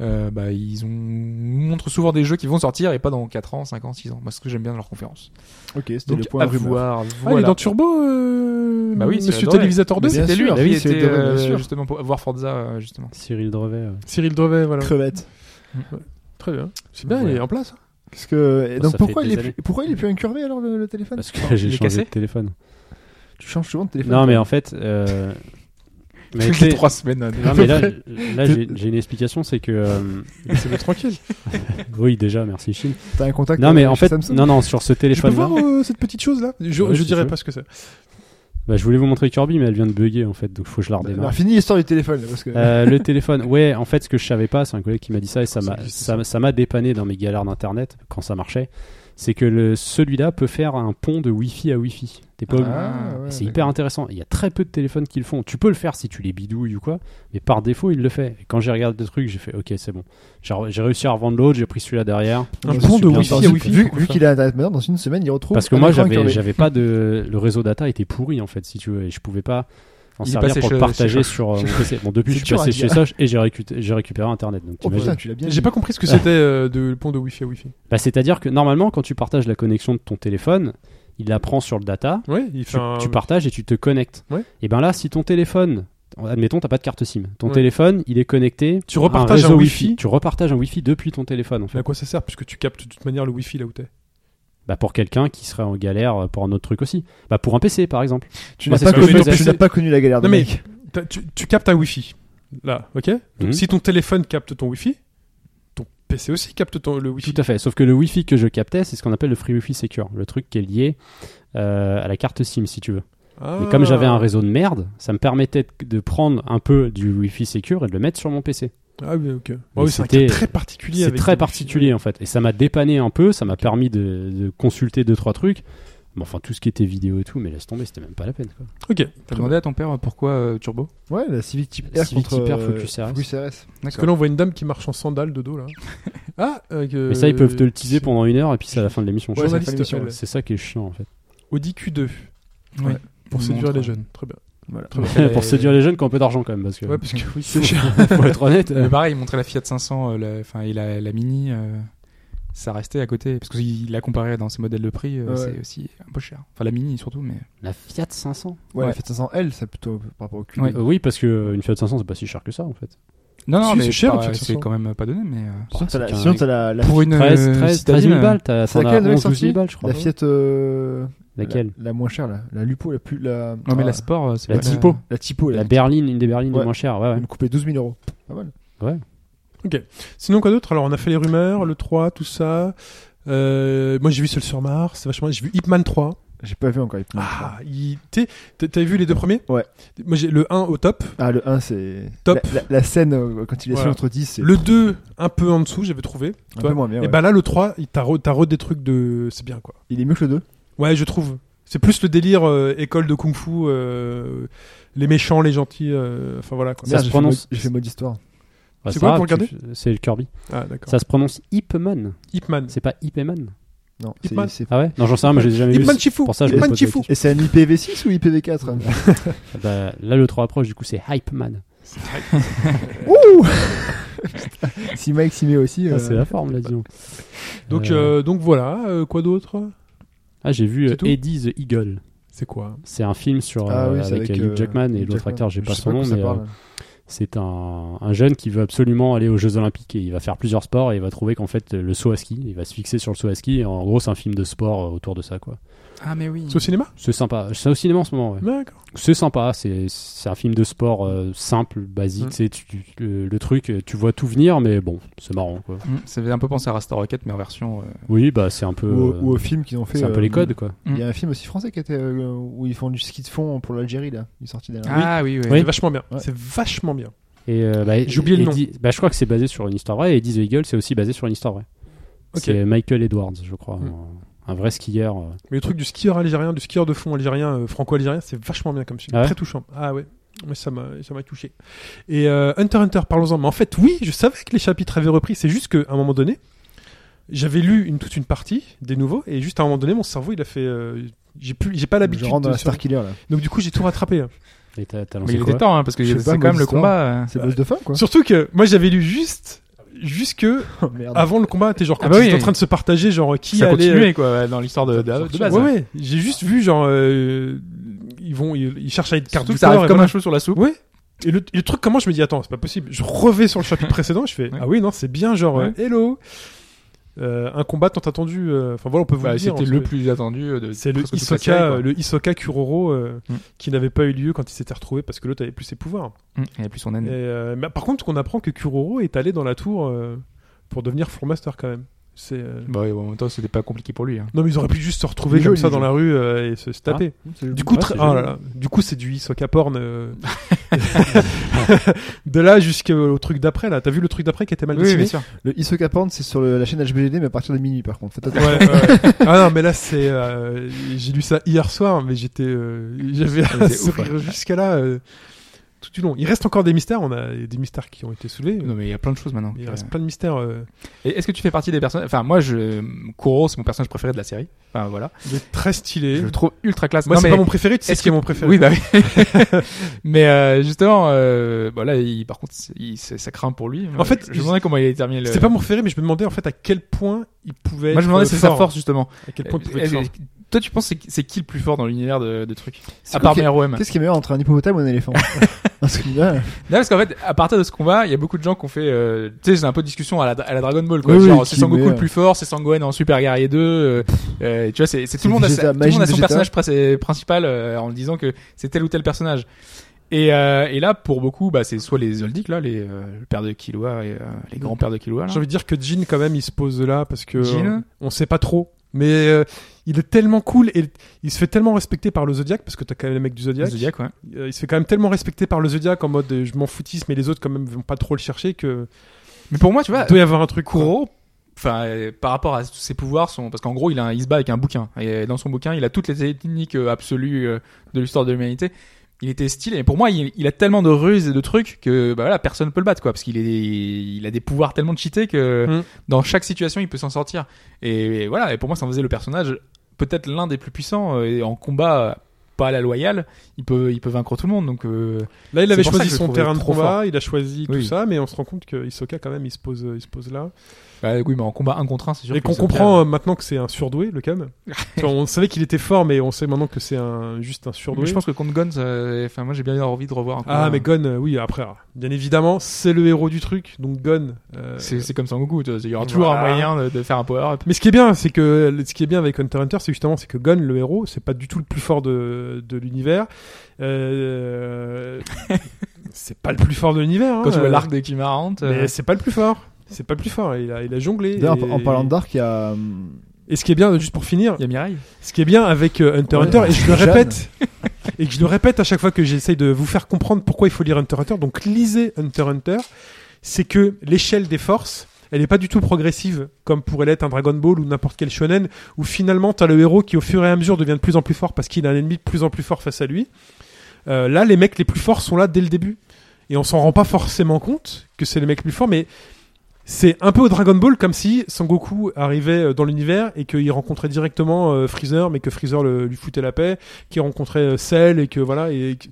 [SPEAKER 2] euh, bah, ils ont, montrent souvent des jeux qui vont sortir et pas dans 4 ans, 5 ans, 6 ans. Moi, c'est ce que j'aime bien de leur conférence.
[SPEAKER 4] Ok, c'était
[SPEAKER 2] Donc,
[SPEAKER 4] le point
[SPEAKER 2] à
[SPEAKER 4] rumeur.
[SPEAKER 2] voir.
[SPEAKER 1] Ah, il est
[SPEAKER 2] voilà.
[SPEAKER 1] dans Turbo, euh,
[SPEAKER 2] Bah oui, c'est
[SPEAKER 1] Monsieur
[SPEAKER 2] adoré.
[SPEAKER 1] Télévisateur 2
[SPEAKER 2] Mais C'était lui
[SPEAKER 4] sûr,
[SPEAKER 2] qui
[SPEAKER 4] oui, c'est
[SPEAKER 2] était
[SPEAKER 4] Domaine, bien
[SPEAKER 2] euh,
[SPEAKER 4] sûr.
[SPEAKER 2] justement pour voir Forza, euh, justement.
[SPEAKER 3] Cyril Drevet. euh,
[SPEAKER 1] Cyril Drevet, voilà.
[SPEAKER 4] Crevette.
[SPEAKER 1] Très bien. C'est bien, il est
[SPEAKER 3] Voilà.
[SPEAKER 1] en place. hein.
[SPEAKER 4] Qu'est-ce que. et
[SPEAKER 3] Bon,
[SPEAKER 4] donc
[SPEAKER 3] ça
[SPEAKER 4] pourquoi
[SPEAKER 3] fait
[SPEAKER 4] il, est
[SPEAKER 3] des
[SPEAKER 4] plus... pourquoi il est plus incurvé alors le, le téléphone
[SPEAKER 3] Parce que [laughs] j'ai
[SPEAKER 2] il est
[SPEAKER 3] changé
[SPEAKER 2] cassé
[SPEAKER 3] de téléphone.
[SPEAKER 4] Tu changes souvent de téléphone.
[SPEAKER 3] Non mais en
[SPEAKER 2] [laughs]
[SPEAKER 3] fait, euh, [laughs] mais
[SPEAKER 2] Toutes
[SPEAKER 3] tu sais-
[SPEAKER 2] les 3 semaines. euh,
[SPEAKER 3] non, mais là, là, j'ai j'ai une explication, c'est que euh,
[SPEAKER 1] C'est tranquille.
[SPEAKER 3] [laughs] oui déjà, merci Chine.
[SPEAKER 4] T'as un contact
[SPEAKER 3] Non mais
[SPEAKER 4] euh,
[SPEAKER 3] en
[SPEAKER 4] chez
[SPEAKER 3] fait,
[SPEAKER 4] Samsung
[SPEAKER 3] non non sur ce
[SPEAKER 1] Je peux
[SPEAKER 3] téléphone là.
[SPEAKER 1] voir euh, cette petite chose là Je,
[SPEAKER 3] Ouais,
[SPEAKER 1] je
[SPEAKER 3] si tu
[SPEAKER 1] dirais
[SPEAKER 3] veux.
[SPEAKER 1] pas ce que c'est.
[SPEAKER 3] Bah, je voulais vous montrer Kirby, mais elle vient de bugger en fait, donc faut que je la
[SPEAKER 4] Bah,
[SPEAKER 3] redémarre.
[SPEAKER 4] bah, Fini l'histoire du téléphone là, parce que.
[SPEAKER 3] Euh, le téléphone, ouais, en fait, ce que je savais pas, c'est un collègue qui m'a dit ça et ça
[SPEAKER 1] Ça
[SPEAKER 3] m'a
[SPEAKER 1] existe,
[SPEAKER 3] ça, m'a- ça m'a dépanné dans mes galères d'internet quand ça marchait. C'est que le, celui-là peut faire un pont de Wi-Fi à Wi-Fi. T'es pas obligé.
[SPEAKER 4] Ah, ouais,
[SPEAKER 3] c'est hyper intéressant. Il y a très peu de téléphones qui le font. Tu peux le faire si tu les bidouilles ou quoi, mais par défaut, il le fait. Et quand j'ai regardé le truc, j'ai fait OK, c'est bon. J'ai re- j'ai réussi à revendre l'autre, j'ai pris celui-là derrière.
[SPEAKER 1] Un
[SPEAKER 4] Je
[SPEAKER 1] pont
[SPEAKER 4] suis
[SPEAKER 1] de
[SPEAKER 4] bien
[SPEAKER 1] Wi-Fi
[SPEAKER 4] entendu.
[SPEAKER 1] à Wi-Fi,
[SPEAKER 4] Vu,
[SPEAKER 1] pourquoi
[SPEAKER 4] vu
[SPEAKER 1] faire
[SPEAKER 4] qu'il est à internet maintenant, dans une semaine, il retrouve.
[SPEAKER 3] Parce que
[SPEAKER 4] un
[SPEAKER 3] moi,
[SPEAKER 4] écran
[SPEAKER 3] j'avais
[SPEAKER 4] incurvé.
[SPEAKER 3] j'avais pas de. Le réseau data était pourri en fait, si tu veux, et je pouvais pas en
[SPEAKER 2] Il est
[SPEAKER 3] servir
[SPEAKER 2] passé
[SPEAKER 3] pour le
[SPEAKER 2] chez-
[SPEAKER 3] partager
[SPEAKER 2] chez-
[SPEAKER 3] sur euh, mon PC. Bon, depuis,
[SPEAKER 4] C'est
[SPEAKER 3] je suis
[SPEAKER 4] dur à
[SPEAKER 3] passé
[SPEAKER 4] dire.
[SPEAKER 3] chez Soch et j'ai récupéré, j'ai récupéré Internet. Donc,
[SPEAKER 4] Oh
[SPEAKER 3] t'imagines.
[SPEAKER 4] putain, tu l'as bien.
[SPEAKER 1] J'ai
[SPEAKER 4] dit.
[SPEAKER 1] pas compris ce
[SPEAKER 3] Ah.
[SPEAKER 1] que c'était euh, de, le pont de Wi-Fi à Wi-Fi.
[SPEAKER 3] Bah, c'est-à-dire que normalement, quand tu partages la connexion de ton téléphone, il la prend sur le data,
[SPEAKER 1] Ouais, il
[SPEAKER 3] tu,
[SPEAKER 1] fait un-
[SPEAKER 3] tu partages et tu te connectes.
[SPEAKER 1] Ouais.
[SPEAKER 3] Et ben là, si ton téléphone, admettons, t'as pas de carte SIM, ton
[SPEAKER 1] Ouais.
[SPEAKER 3] téléphone, il est connecté.
[SPEAKER 1] Tu
[SPEAKER 3] à
[SPEAKER 1] repartages un
[SPEAKER 3] réseau
[SPEAKER 1] Wi-Fi.
[SPEAKER 3] Tu repartages un Wi-Fi depuis ton téléphone, en fait.
[SPEAKER 1] Mais à quoi ça sert Puisque tu captes de toute manière le Wi-Fi là où t'es.
[SPEAKER 3] Bah, pour quelqu'un qui serait en galère pour un autre truc aussi. Bah, pour un PC, par exemple.
[SPEAKER 4] Tu
[SPEAKER 3] Moi,
[SPEAKER 4] n'as
[SPEAKER 3] c'est
[SPEAKER 4] pas
[SPEAKER 3] ce que je
[SPEAKER 4] connu-
[SPEAKER 3] faisais.
[SPEAKER 4] tu n'as pas connu la galère de
[SPEAKER 1] Non, mais-
[SPEAKER 4] mec.
[SPEAKER 1] T'as- Tu, tu captes un Wi-Fi. Là, ok Donc
[SPEAKER 3] Mhm.
[SPEAKER 1] si ton téléphone capte ton Wi-Fi, ton PC aussi capte ton, le Wi-Fi.
[SPEAKER 3] Tout à fait. Sauf que le Wi-Fi que je captais, c'est ce qu'on appelle le Free Wi-Fi Secure, le truc qui est lié euh, à la carte SIM, si tu veux. Mais
[SPEAKER 1] Ah.
[SPEAKER 3] comme j'avais un réseau de merde, ça me permettait de- de prendre un peu du Wi-Fi Secure et de le mettre sur mon PC.
[SPEAKER 1] Ah oui, ok. Ah oui, c'est un
[SPEAKER 3] c'était-
[SPEAKER 1] cas très particulier.
[SPEAKER 3] C'est
[SPEAKER 1] avec
[SPEAKER 3] très
[SPEAKER 1] le Wi-Fi.
[SPEAKER 3] particulier en fait. Et ça m'a dépanné un peu, ça m'a permis de, de consulter deux trois trucs. Mais enfin, tout ce qui était vidéo et tout, mais laisse tomber, c'était même pas la peine. Quoi.
[SPEAKER 1] Ok.
[SPEAKER 2] T'as demandé à ton père pourquoi euh, Turbo
[SPEAKER 4] Ouais, la Civic Type
[SPEAKER 3] La
[SPEAKER 4] R
[SPEAKER 3] Civic
[SPEAKER 4] contre
[SPEAKER 3] Type R,
[SPEAKER 4] euh,
[SPEAKER 3] Focus RS.
[SPEAKER 4] Focus RS.
[SPEAKER 1] Parce que là, on voit une dame qui marche en sandales de dos
[SPEAKER 3] [laughs]
[SPEAKER 1] là. Ah. euh, que-
[SPEAKER 3] Mais ça, ils peuvent te le teaser pendant une heure et puis c'est à la fin de l'émission. je
[SPEAKER 4] Ouais,
[SPEAKER 3] crois.
[SPEAKER 4] c'est la
[SPEAKER 1] Journaliste,
[SPEAKER 4] fin de l'émission,
[SPEAKER 1] elle.
[SPEAKER 4] ouais.
[SPEAKER 3] c'est ça qui est chiant en fait.
[SPEAKER 1] Audi Q2
[SPEAKER 2] Oui.
[SPEAKER 1] pour
[SPEAKER 2] Montre.
[SPEAKER 1] séduire les jeunes. Très bien.
[SPEAKER 4] Voilà.
[SPEAKER 1] Très bien.
[SPEAKER 3] [laughs] Pour séduire les jeunes qui ont un peu d'argent quand même, parce que [laughs]
[SPEAKER 1] Ouais, parce que oui,
[SPEAKER 3] Faut-
[SPEAKER 1] c'est cher.
[SPEAKER 3] faut être honnête. euh,
[SPEAKER 2] Mais pareil, il montrait la Fiat 500 euh, la- enfin, et la, la Mini, euh, ça restait à côté. Parce qu'il l'a comparé dans ses modèles de prix, euh,
[SPEAKER 4] Ouais.
[SPEAKER 2] c'est aussi un peu cher. Enfin, la Mini surtout, mais.
[SPEAKER 3] la Fiat 500.
[SPEAKER 4] Ouais,
[SPEAKER 2] Ouais.
[SPEAKER 4] la Fiat 500L, ça plutôt par rapport au cul.
[SPEAKER 2] Ouais.
[SPEAKER 3] Euh, oui, parce que euh, une Fiat 500, c'est pas si cher que ça en fait.
[SPEAKER 2] Non, non,
[SPEAKER 1] Si,
[SPEAKER 2] mais
[SPEAKER 1] c'est cher,
[SPEAKER 2] pas-
[SPEAKER 1] la Fiat
[SPEAKER 2] c'est
[SPEAKER 1] 500.
[SPEAKER 2] quand même pas donné, mais. euh,
[SPEAKER 4] Sinon, t'as la-
[SPEAKER 3] c'est
[SPEAKER 4] Sinon,
[SPEAKER 3] un-
[SPEAKER 4] t'as la, la,
[SPEAKER 2] Pour une.
[SPEAKER 3] 13,
[SPEAKER 2] euh,
[SPEAKER 3] 13, 13
[SPEAKER 2] citadine,
[SPEAKER 3] 000
[SPEAKER 2] euh,
[SPEAKER 3] balles, t'as t'en
[SPEAKER 4] c'est
[SPEAKER 3] as
[SPEAKER 4] laquelle, la
[SPEAKER 3] 11 12
[SPEAKER 4] sortie
[SPEAKER 3] 000 balles, je crois.
[SPEAKER 4] la Fiat. euh,
[SPEAKER 3] Laquelle
[SPEAKER 4] la, la moins chère, là. La Lupo, la plus. La,
[SPEAKER 2] Non, mais
[SPEAKER 4] ah,
[SPEAKER 2] la Sport, euh, c'est
[SPEAKER 3] La
[SPEAKER 2] pas
[SPEAKER 3] Tipo.
[SPEAKER 4] La Tipo,
[SPEAKER 3] La
[SPEAKER 4] là.
[SPEAKER 3] berline, une des berlines les
[SPEAKER 4] Ouais.
[SPEAKER 3] moins chères. Ouais,
[SPEAKER 4] Elle
[SPEAKER 3] ouais.
[SPEAKER 4] me coupait 12 000 euros. Pas mal.
[SPEAKER 1] Sinon, quoi d'autre Alors, on a fait les rumeurs, le 3, tout ça. Euh, moi, j'ai vu Seul sur Mars, c'est vachement. J'ai vu Hitman 3.
[SPEAKER 4] J'ai pas vu encore. les pneus,
[SPEAKER 1] Ah, il- t'es- t'as t'as vu les deux premiers
[SPEAKER 4] Ouais.
[SPEAKER 1] Moi, j'ai le 1 au top.
[SPEAKER 4] Ah, le 1, c'est.
[SPEAKER 1] Top.
[SPEAKER 4] La, la- la scène euh, quand il est
[SPEAKER 1] Voilà.
[SPEAKER 4] sur entre 10, c'est
[SPEAKER 1] Le 2, un peu en dessous, j'avais trouvé.
[SPEAKER 4] un
[SPEAKER 1] toi.
[SPEAKER 4] peu moins bien.
[SPEAKER 1] Et
[SPEAKER 4] ouais.
[SPEAKER 1] bah là, le 3, il t'a re, t'as re des trucs de. C'est bien, quoi.
[SPEAKER 4] Il est mieux que le 2.
[SPEAKER 1] Ouais, je trouve. C'est plus le délire euh, école de kung fu, euh, les méchants, les gentils, euh, enfin voilà quoi.
[SPEAKER 3] Ça se
[SPEAKER 4] j'ai fait
[SPEAKER 3] prononce-
[SPEAKER 4] mode- J'ai fait mode histoire.
[SPEAKER 3] Bah,
[SPEAKER 1] C'est
[SPEAKER 3] ça
[SPEAKER 1] quoi
[SPEAKER 3] va,
[SPEAKER 1] pour
[SPEAKER 3] tu-
[SPEAKER 1] regarder
[SPEAKER 3] C'est le Kirby.
[SPEAKER 1] Ah d'accord.
[SPEAKER 3] Ça se prononce Hipman.
[SPEAKER 1] Ipman.
[SPEAKER 3] C'est pas Hipman.
[SPEAKER 4] Non,
[SPEAKER 1] Ip
[SPEAKER 4] c'est-
[SPEAKER 1] Man.
[SPEAKER 4] c'est.
[SPEAKER 3] Ah ouais Non, j'en sais rien, moi Ah, j'ai jamais vu.
[SPEAKER 1] Ipman Chifu.
[SPEAKER 3] pour ça, je me
[SPEAKER 1] Ipman
[SPEAKER 3] pose
[SPEAKER 1] Chifu.
[SPEAKER 4] Et c'est un IPv6 ou IPv4 hein
[SPEAKER 3] Bah, là, le 3 approche, du coup, c'est Hype Man.
[SPEAKER 4] Ouh [laughs] Si Mike s'y met aussi.
[SPEAKER 3] Ah,
[SPEAKER 4] euh,
[SPEAKER 3] c'est la forme, là, disons.
[SPEAKER 1] Donc
[SPEAKER 3] Euh,
[SPEAKER 1] euh, donc voilà. euh, quoi d'autre
[SPEAKER 3] Ah, j'ai vu
[SPEAKER 1] c'est
[SPEAKER 3] euh,
[SPEAKER 1] tout
[SPEAKER 3] Eddie the Eagle.
[SPEAKER 1] C'est quoi
[SPEAKER 3] C'est un film sur,
[SPEAKER 4] Ah
[SPEAKER 3] euh,
[SPEAKER 4] oui, c'est
[SPEAKER 3] avec, euh,
[SPEAKER 4] euh,
[SPEAKER 3] Hugh Jackman et
[SPEAKER 4] Hugh
[SPEAKER 3] l'autre
[SPEAKER 4] Jackman.
[SPEAKER 3] acteur, j'ai
[SPEAKER 4] Je
[SPEAKER 3] pas
[SPEAKER 4] sais
[SPEAKER 3] son
[SPEAKER 4] de
[SPEAKER 3] nom,
[SPEAKER 4] quoi ça
[SPEAKER 3] mais euh,
[SPEAKER 4] parle.
[SPEAKER 3] C'est un, un jeune qui veut absolument aller aux Jeux Olympiques et il va faire plusieurs sports et il va trouver qu'en fait le saut à ski, il va se fixer sur le saut à ski et en gros c'est un film de sport euh, autour de ça quoi.
[SPEAKER 2] Ah, mais oui.
[SPEAKER 1] C'est au cinéma
[SPEAKER 3] C'est sympa. C'est au cinéma en ce moment. ouais.
[SPEAKER 1] D'accord.
[SPEAKER 3] C'est sympa. C'est c'est un film de sport euh, simple, basique.
[SPEAKER 2] Mm.
[SPEAKER 3] C'est tu- tu- le, le truc, euh, tu vois tout venir, mais bon, c'est marrant quoi.
[SPEAKER 2] Mm, Ça faisait un peu penser à Rasta Rocket, mais en version. euh,
[SPEAKER 3] Oui, bah c'est un peu,
[SPEAKER 4] Ou, au-
[SPEAKER 3] euh,
[SPEAKER 4] ou au film qu'ils ont fait.
[SPEAKER 3] c'est un peu
[SPEAKER 4] euh,
[SPEAKER 3] les codes quoi.
[SPEAKER 4] Il y a un film aussi français qui était euh, où ils font du ski de fond pour l'Algérie là. Il est sorti derrière.
[SPEAKER 2] Ah, oui, oui.
[SPEAKER 1] C'est vachement bien.
[SPEAKER 4] Ouais.
[SPEAKER 1] C'est vachement bien.
[SPEAKER 3] Et euh, bah,
[SPEAKER 1] J'ai oublié le
[SPEAKER 3] Eddie- bah, je crois que c'est basé sur une histoire vraie. Et Eddie the Eagle, c'est aussi basé sur une histoire vraie.
[SPEAKER 1] Ok.
[SPEAKER 3] C'est Michael Edwards, je crois,
[SPEAKER 1] Mm.
[SPEAKER 3] un, un vrai skieur. euh.
[SPEAKER 1] Mais le truc du skieur algérien, du skieur de fond algérien, euh, franco-algérien, c'est vachement bien comme film.
[SPEAKER 3] Ah ouais
[SPEAKER 1] Très touchant. Ah ouais. Mais ça m'a ça m'a touché. Et euh, Hunter x Hunter, parlons-en. Mais en fait, oui, je savais que les chapitres avaient repris. C'est juste qu'à un moment donné, j'avais lu une, toute une partie des nouveaux. Et juste à un moment donné, mon cerveau, il a fait. euh, j'ai plus- j'ai pas
[SPEAKER 3] Ah,
[SPEAKER 4] Je
[SPEAKER 1] l'habitude.
[SPEAKER 4] rentre dans
[SPEAKER 1] de-
[SPEAKER 4] la Star Killer là.
[SPEAKER 1] Donc du coup, j'ai tout rattrapé. hein. là.
[SPEAKER 3] Et t'as t'as
[SPEAKER 2] Mais
[SPEAKER 3] lancé
[SPEAKER 2] il
[SPEAKER 3] quoi
[SPEAKER 2] était temps, hein, parce que
[SPEAKER 4] Je sais
[SPEAKER 2] c'est
[SPEAKER 4] pas,
[SPEAKER 2] quand
[SPEAKER 4] moi,
[SPEAKER 2] même le
[SPEAKER 4] l'histoire.
[SPEAKER 2] combat. euh.
[SPEAKER 4] C'est boss de fin quoi.
[SPEAKER 1] Surtout que moi, j'avais lu juste. Jusque
[SPEAKER 4] Oh, [laughs] merde.
[SPEAKER 1] avant le combat, t'es genre quand
[SPEAKER 2] Ah bah
[SPEAKER 1] ils
[SPEAKER 2] oui.
[SPEAKER 1] étaient en train de se partager, genre qui
[SPEAKER 2] Ça
[SPEAKER 1] allait. euh,
[SPEAKER 2] continuait, quoi, dans l'histoire de, de- de
[SPEAKER 1] Ouais,
[SPEAKER 2] base.
[SPEAKER 1] ouais, j'ai juste vu genre euh, ils vont ils, ils cherchent à être
[SPEAKER 2] Surtout
[SPEAKER 1] carte
[SPEAKER 2] que ça arrive comme
[SPEAKER 1] un
[SPEAKER 2] un cheveu sur la soupe.
[SPEAKER 1] hein. Ouais. Et le, et le truc comment je me dis attends, c'est pas possible. Je revais sur le chapitre précédent, je fais
[SPEAKER 2] Ouais.
[SPEAKER 1] ah oui non, c'est bien genre euh,
[SPEAKER 2] Ouais.
[SPEAKER 1] hello. Euh, un combat tant attendu euh, enfin voilà, on peut vous
[SPEAKER 2] Bah,
[SPEAKER 1] le dire.
[SPEAKER 2] C'était
[SPEAKER 1] hein,
[SPEAKER 2] le
[SPEAKER 1] parce que
[SPEAKER 2] plus attendu euh, de
[SPEAKER 1] c'est le
[SPEAKER 2] presque toute la série,
[SPEAKER 1] Hisoka, euh,
[SPEAKER 2] quoi.
[SPEAKER 1] le Hisoka Kuroro euh,
[SPEAKER 2] Mm.
[SPEAKER 1] qui n'avait pas eu lieu quand il s'était retrouvé parce que l'autre avait plus ses pouvoirs.
[SPEAKER 2] Mm, Il n'y a plus son
[SPEAKER 1] Et,
[SPEAKER 2] ennemi.
[SPEAKER 1] euh, mais par contre, qu'on apprend que Kuroro est allé dans la tour euh, pour devenir Fourmaster quand même. C'est euh,
[SPEAKER 2] Bah, ouais, en même temps, c'était pas compliqué pour lui. hein.
[SPEAKER 1] non mais ils auraient pu juste se retrouver
[SPEAKER 4] Il est
[SPEAKER 1] comme
[SPEAKER 4] joli,
[SPEAKER 1] ça
[SPEAKER 4] le
[SPEAKER 1] dans
[SPEAKER 4] jeu.
[SPEAKER 1] la rue euh, et se, se taper.
[SPEAKER 4] C'est-
[SPEAKER 1] Du coup,
[SPEAKER 3] Ouais,
[SPEAKER 1] très-
[SPEAKER 3] c'est
[SPEAKER 1] oh
[SPEAKER 3] joli.
[SPEAKER 1] là là. du coup, c'est du Hisoka porn.
[SPEAKER 3] [laughs]
[SPEAKER 1] euh, [laughs] de là jusqu'au truc d'après, là. T'as vu le truc d'après qui était mal dessiné
[SPEAKER 2] sûr.
[SPEAKER 4] Le Hisoka Porn, c'est sur le- la chaîne HBGD, mais à partir de minuit par contre. Faites attention.
[SPEAKER 2] [laughs]
[SPEAKER 1] Ouais, ouais. ah non, mais là, c'est. euh, J'ai lu ça hier soir, mais j'étais. euh, J'avais un
[SPEAKER 2] c'est ouf,
[SPEAKER 1] sourire jusqu'à là. euh, tout du long. Il reste encore des mystères. On a des mystères qui ont été soulevés.
[SPEAKER 2] Non, mais il y a plein de choses maintenant.
[SPEAKER 1] Il
[SPEAKER 2] Euh,
[SPEAKER 1] reste plein de mystères. euh,
[SPEAKER 2] Et est-ce que tu fais partie des personnages Enfin, moi, je Kuro, c'est mon personnage préféré de la série. Enfin, voilà.
[SPEAKER 1] il est très
[SPEAKER 2] Je
[SPEAKER 1] stylé.
[SPEAKER 2] le trouve ultra classe.
[SPEAKER 1] Moi,
[SPEAKER 2] Non,
[SPEAKER 1] c'est
[SPEAKER 2] mais-
[SPEAKER 1] pas mon préféré. Tu sais
[SPEAKER 2] est-ce
[SPEAKER 1] ce qui est
[SPEAKER 2] que-
[SPEAKER 1] mon préféré
[SPEAKER 2] Oui, bah oui. [laughs] mais euh, justement, euh, bah là, il, par contre, il, c'est- ça craint pour lui.
[SPEAKER 1] En fait,
[SPEAKER 2] je me demandais comment il allait terminer le.
[SPEAKER 1] C'était pas mon préféré, mais je me demandais en fait à quel point il pouvait.
[SPEAKER 2] Moi, je me demandais,
[SPEAKER 1] être
[SPEAKER 2] c'est sa
[SPEAKER 1] fort.
[SPEAKER 2] force justement.
[SPEAKER 1] À quel point il pouvait être
[SPEAKER 2] Euh,
[SPEAKER 1] fort.
[SPEAKER 2] Toi, tu penses c'est qui- c'est qui le plus fort dans l'univers de, de trucs
[SPEAKER 4] C'est
[SPEAKER 3] Ah,
[SPEAKER 2] À
[SPEAKER 4] quoi
[SPEAKER 2] part
[SPEAKER 4] qui-
[SPEAKER 2] Meruem.
[SPEAKER 4] Qu'est-ce qui est meilleur entre un hippopotame ou
[SPEAKER 3] [laughs]
[SPEAKER 4] un éléphant Parce que là,
[SPEAKER 2] Non, parce qu'en fait, à partir de ce combat, il y a beaucoup de gens qui ont fait, euh, tu sais, c'est un peu de discussion à la, à la Dragon Ball, quoi.
[SPEAKER 4] Oui,
[SPEAKER 2] Genre,
[SPEAKER 4] oui,
[SPEAKER 2] c'est
[SPEAKER 4] qui
[SPEAKER 2] Sangoku
[SPEAKER 4] met, euh,
[SPEAKER 2] le plus fort, c'est Sangohan en Super Guerrier 2, euh, euh, tu vois, c'est, c'est tout le monde a, sa-
[SPEAKER 4] Vegeta,
[SPEAKER 2] tout le monde a son
[SPEAKER 4] Majin Vegeta.
[SPEAKER 2] personnage pré- principal euh, en disant que c'est tel ou tel personnage. Et, euh, et là, pour beaucoup, bah, c'est soit les Zoldyck, là, les, euh, le père de Killua et euh, les grands-pères de Killua, là.
[SPEAKER 1] J'ai envie de dire que Jin quand même il se pose là parce que
[SPEAKER 2] Jin
[SPEAKER 1] euh, on sait pas trop mais euh, il est tellement cool et il se fait tellement respecter par le Zodiac parce que t'as quand même les mecs du Zodiac,
[SPEAKER 2] Zodiac, ouais.
[SPEAKER 1] Euh, il se fait quand même tellement respecter par le Zodiac en mode euh, je m'en foutisse mais les autres quand même vont pas trop le chercher que
[SPEAKER 2] Mais pour moi, tu vois,
[SPEAKER 1] il doit y avoir un truc courant
[SPEAKER 2] Kuro, enfin, euh, par rapport à tous ses pouvoirs, sont... parce qu'en gros, il, a un... il se bat avec un bouquin. Et euh, dans son bouquin, il a toutes les techniques euh, absolues euh, de l'histoire de l'humanité. Il était stylé. Et pour moi, il, il a tellement de ruses et de trucs que bah, voilà, personne peut le battre, quoi. Parce qu'il est... il a des pouvoirs tellement cheatés que
[SPEAKER 1] Mm.
[SPEAKER 2] dans chaque situation, il peut s'en sortir. Et, et voilà, et pour moi, ça en faisait le personnage peut-être l'un des plus puissants. euh, Et en combat, euh, pas à la loyale, il peut, il peut vaincre tout le monde. Donc, euh,
[SPEAKER 1] là il
[SPEAKER 2] C'est
[SPEAKER 1] avait
[SPEAKER 2] pour ça
[SPEAKER 1] choisi
[SPEAKER 2] que je
[SPEAKER 1] son
[SPEAKER 2] le trouvais
[SPEAKER 1] terrain de
[SPEAKER 2] trop
[SPEAKER 1] combat il a choisi tout
[SPEAKER 2] Oui.
[SPEAKER 1] ça mais on se rend compte que Hisoka quand même il se pose il se pose là
[SPEAKER 2] bah, oui, mais en combat un contre un, c'est sûr.
[SPEAKER 1] et
[SPEAKER 2] que
[SPEAKER 1] qu'on
[SPEAKER 2] ça peut-
[SPEAKER 1] comprend euh, maintenant que c'est un surdoué le
[SPEAKER 2] [laughs]
[SPEAKER 1] cam on savait qu'il était fort mais on sait maintenant que c'est un juste un
[SPEAKER 2] Mais
[SPEAKER 1] surdoué
[SPEAKER 2] je pense que contre Gon, ça- enfin, moi, j'ai bien envie de revoir. un
[SPEAKER 1] euh, Ah,
[SPEAKER 2] combat.
[SPEAKER 1] mais Gon, euh, oui, après, alors, bien évidemment, c'est le héros du truc, donc Gon. euh,
[SPEAKER 2] C'est c'est comme Sangoku, tu vois, il y aura toujours
[SPEAKER 1] Voilà.
[SPEAKER 2] un moyen de, de faire un power-up.
[SPEAKER 1] Mais ce qui est bien, c'est que ce qui est bien avec Hunter x Hunter, c'est justement c'est que Gon, le héros, c'est pas du tout le plus fort de, de l'univers.
[SPEAKER 2] [laughs]
[SPEAKER 1] Euh, c'est pas le plus fort de l'univers. hein.
[SPEAKER 2] Quand tu vois l'arc des euh, Kimarante,
[SPEAKER 1] mais c'est pas le plus fort. C'est pas le plus fort. Il a, il a jonglé.
[SPEAKER 4] d'ailleurs,
[SPEAKER 1] et-
[SPEAKER 4] en, en parlant d'arc, il y a. hum,
[SPEAKER 1] Et ce qui est bien, juste pour finir,
[SPEAKER 2] il y a Mirai.
[SPEAKER 1] ce qui est bien avec euh, Hunter x
[SPEAKER 4] Ouais.
[SPEAKER 1] Hunter, et je le
[SPEAKER 4] Jeanne.
[SPEAKER 1] répète, et que je le répète à chaque fois que j'essaye de vous faire comprendre pourquoi il faut lire Hunter x Hunter, donc lisez Hunter x Hunter, c'est que l'échelle des forces, elle n'est pas du tout progressive, comme pourrait l'être un Dragon Ball ou n'importe quel shonen, où finalement t'as le héros qui au fur et à mesure devient de plus en plus fort parce qu'il a un ennemi de plus en plus fort face à lui. Euh, là, les mecs les plus forts sont là dès le début. Et on s'en rend pas forcément compte que c'est les mecs les plus forts, mais c'est un peu au Dragon Ball comme si Sangoku arrivait euh, dans l'univers et qu'il rencontrait directement euh, Freezer, mais que Freezer le- lui foutait la paix, qu'il rencontrait euh, Cell et que voilà. Et, et que-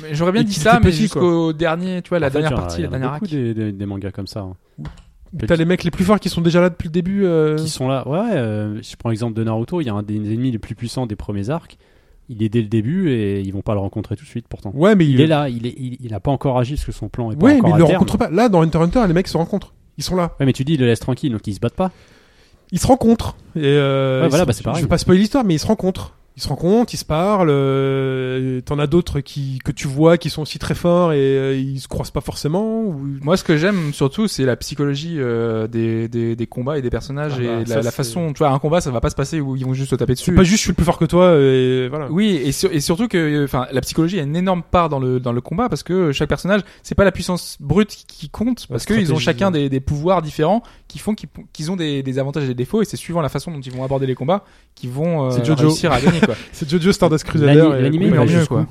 [SPEAKER 2] Mais J'aurais bien
[SPEAKER 1] Et
[SPEAKER 2] dit
[SPEAKER 1] qu'il
[SPEAKER 2] ça,
[SPEAKER 1] était
[SPEAKER 2] mais
[SPEAKER 1] petit,
[SPEAKER 2] jusqu'au dernier, tu vois, la
[SPEAKER 3] En fait,
[SPEAKER 2] dernière
[SPEAKER 3] il y en a-
[SPEAKER 2] partie,
[SPEAKER 3] il y
[SPEAKER 2] la
[SPEAKER 3] en a
[SPEAKER 2] dernière
[SPEAKER 3] beaucoup
[SPEAKER 2] arc.
[SPEAKER 3] des, des- des mangas comme ça. hein.
[SPEAKER 1] t'as les mecs les plus forts qui sont déjà là depuis le début. euh,
[SPEAKER 3] Qui sont là. Ouais, ouais, euh, je prends l'exemple de Naruto. Il y a un des ennemis les plus puissants des premiers arcs. il est dès le début et ils vont pas le rencontrer tout de suite pourtant.
[SPEAKER 1] Ouais, mais
[SPEAKER 3] Il est là, il, est, il, il a pas encore agi parce que son plan est pas
[SPEAKER 1] Ouais,
[SPEAKER 3] encore
[SPEAKER 1] mais
[SPEAKER 3] à
[SPEAKER 1] ils le
[SPEAKER 3] terme.
[SPEAKER 1] rencontrent pas. Là, dans Hunter x Hunter, les mecs se rencontrent. Ils sont là.
[SPEAKER 3] Ouais, mais tu dis, il le laisse tranquille, donc ils se battent pas.
[SPEAKER 1] Ils se rencontrent. Et euh,
[SPEAKER 3] Ouais,
[SPEAKER 1] ils
[SPEAKER 3] voilà,
[SPEAKER 1] se-
[SPEAKER 3] bah, c'est pareil.
[SPEAKER 1] Je vais pas spoiler l'histoire, mais ils se rencontrent. Ils se rencontrent, ils se parlent. euh, T'en as d'autres qui que tu vois qui sont aussi très forts et euh, ils se croisent pas forcément. Ou...
[SPEAKER 2] Moi, ce que j'aime surtout, c'est la psychologie euh, des, des, des combats et des personnages
[SPEAKER 1] Ah bah,
[SPEAKER 2] et
[SPEAKER 1] ça,
[SPEAKER 2] la, la
[SPEAKER 1] c'est-
[SPEAKER 2] façon. Tu vois, un combat, ça va pas se passer où ils vont juste se taper dessus.
[SPEAKER 1] Pas juste je suis le plus fort que toi. Et voilà.
[SPEAKER 2] Oui, et, sur- et surtout que, euh, enfin, la psychologie a une énorme part dans le dans le combat parce que chaque personnage, c'est pas la puissance brute qui, qui compte, parce
[SPEAKER 1] La
[SPEAKER 2] qu'ils ont
[SPEAKER 1] stratégie,
[SPEAKER 2] chacun
[SPEAKER 1] ouais.
[SPEAKER 2] des, des pouvoirs différents qui font qu'ils pou- qu'ils ont des, des avantages et des défauts, et c'est suivant la façon dont ils vont aborder les combats qu'ils vont euh,
[SPEAKER 1] C'est Jojo.
[SPEAKER 2] réussir à gagner. Quoi.
[SPEAKER 1] C'est Jojo Stardust
[SPEAKER 3] L'ani-
[SPEAKER 1] Crusader. et-
[SPEAKER 3] l'animé,
[SPEAKER 1] Oui,
[SPEAKER 3] il
[SPEAKER 1] mais-
[SPEAKER 3] va
[SPEAKER 2] mieux,
[SPEAKER 3] jusqu'où
[SPEAKER 2] quoi.